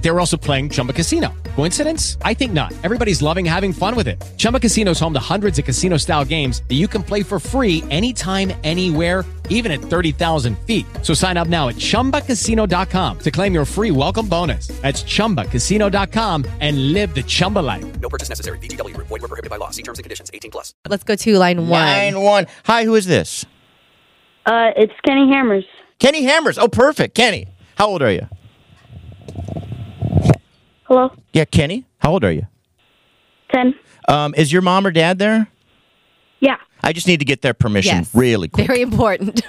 They were also playing Chumba Casino. Coincidence? I think not. Everybody's loving having fun with it. Chumba Casino is home to hundreds of casino style games that you can play for free anytime, anywhere even at 30,000 feet. So sign up now at ChumbaCasino.com to claim your free welcome bonus. That's ChumbaCasino.com and live the Chumba life. No purchase necessary. BGW. Void were prohibited by law. See terms and conditions. 18 plus. Let's go to line one. Line one. Hi, who is this? Uh, it's Kenny Hammers. Kenny Hammers. Oh, perfect. Kenny, how old are you? Hello, Yeah, Kenny, how old are you? ten. Um, is your mom or dad there? Yeah. I just need to get their permission Yes. really quick. Very important.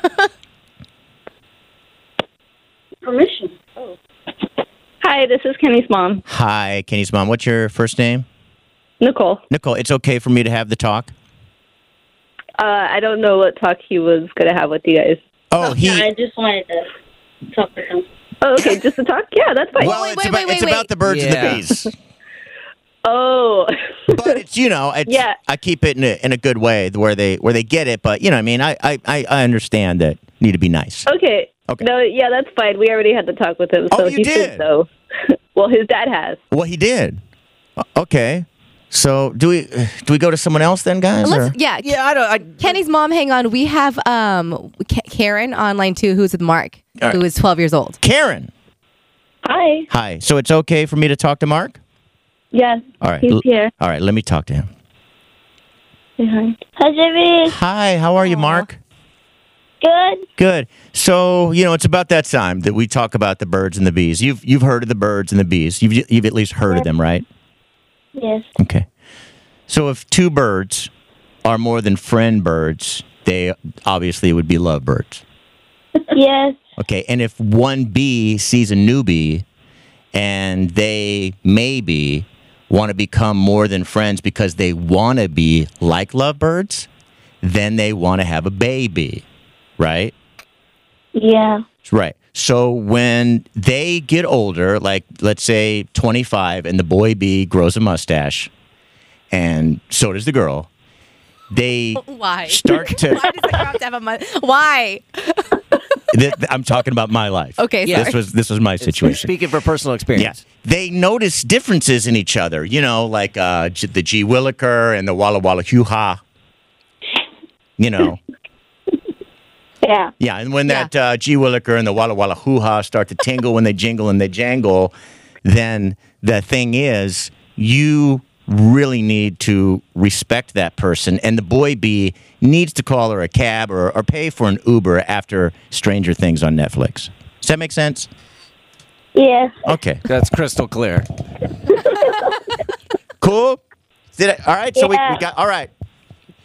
Permission. Oh. Hi, this is Kenny's mom, Hi, Kenny's mom. What's your first name? Nicole. Nicole, it's okay for me to have the talk. Uh, I don't know what talk he was gonna have with you guys. Oh, he. just wanted to talk to him. Oh, okay, just to talk. Yeah, that's fine. Well, Wait, it's, wait, about, wait, wait, it's about wait. the birds Yeah. and the bees. oh, but it's you know, it's, Yeah. I keep it in a, in a good way where they where they get it. But you know, what I mean, I I, I I understand that you need to be nice. okay. Okay. No, yeah, that's fine. We already had the talk with him, Oh, so you he did? should know. well, his dad has. Well, he did. O- Okay. So do we do we go to someone else then, guys? Let's, or- yeah. Yeah, I don't. I, Kenny's mom, hang on. We have um K- Karen on line two, who's with Mark, All right. who is 12 years old. Karen. Hi. Hi. So it's okay for me to talk to Mark. Yes. All right. He's L- here. All right. Let me talk to him. Say hi. Hi, Jimmy. Hi. How are you, Mark? Good. Good. So you know, it's about that time that we talk about the birds and the bees. You've you've heard of the birds and the bees. You've you've at least heard of them, right? Yes. Okay. So if two birds are more than friend birds, they obviously would be lovebirds. Yes. Okay. And if one bee sees a new bee and they maybe want to become more than friends because they want to be like lovebirds, then they want to have a baby, right? Yeah. Right. So when they get older, like let's say 25, and the boy bee grows a mustache, and so does the girl, they Why? start Why to. does it have to have a month? Why? th- th- I'm talking about my life. Okay, This sorry. was this was my situation. Speaking from personal Yeah. experience. They notice differences in each other, you know, like uh, J- the G. Williker and the Walla Walla Hoo Ha. You know, Yeah. yeah. And when Yeah. that uh, G. Williker and the Walla Walla Hoo Ha start to tingle when they jingle and they jangle, then the thing is, you really need to respect that person. And the boy B needs to call her a cab or, or pay for an Uber after Stranger Things on Netflix. Does that make sense? Yes. Okay. That's crystal clear. Cool. Did it? All right. So we, Yeah. we got. All right.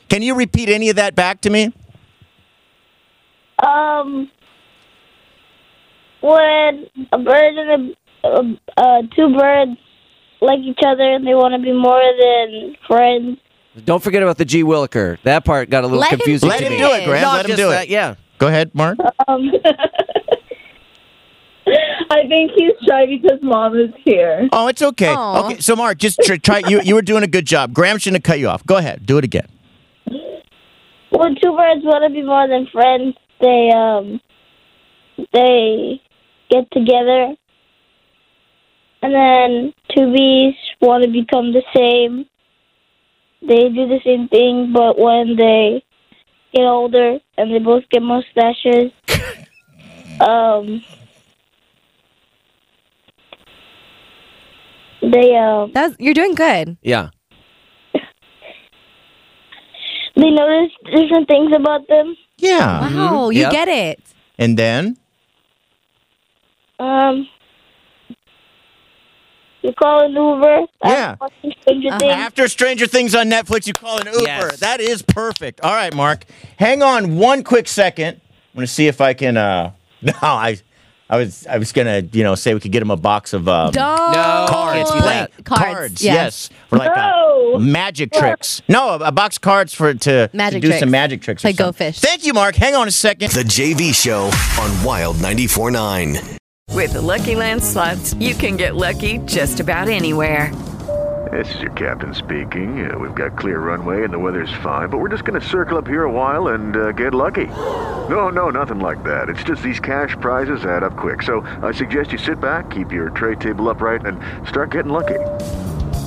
Can you repeat any of that back to me? Um, when a bird and a um, uh, two birds like each other and they want to be more than friends. Don't forget about the G. Williker. That part got a little Let him confusing. do Let to him me. do it, Graham. Not Let him just do it. that, Yeah. Go ahead, Mark. Um, I think he's shy because mom is here. Oh, it's okay. Aw. Okay. So, Mark, just tr- try. You you were doing a good job. Graham shouldn't have cut you off. Go ahead. Do it again. when two birds want to be more than friends, they um they get together, and then two bees want to become the same. They do the same thing, but when they get older and they both get mustaches, um, they um That's, you're doing good. Yeah. they notice different things about them. Yeah. Wow, you Yep. get it. And then. Um, you call an Uber. Yeah. That's fucking Stranger Uh-huh. Things. After Stranger Things on Netflix, you call an Uber. Yes. That is perfect. All right, Mark. Hang on one quick second. I'm gonna see if I can. uh No, I, I was I was gonna you know say we could get him a box of um, Don't. No, cards, Cards, blank yeah. Cards, yes. For like uh, No. magic tricks. No, a, a box of cards for to, Magic to do some tricks. magic tricks. or Play Go something. Fish. Thank you, Mark. Hang on a second. The JV Show on Wild 94.9. With the Lucky Land slots, you can get lucky just about anywhere. This is your captain speaking. Uh, we've got clear runway and the weather's fine, but we're just going to circle up here a while and uh, get lucky. No, no, nothing like that. It's just these cash prizes add up quick. So I suggest you sit back, keep your tray table upright, and start getting lucky.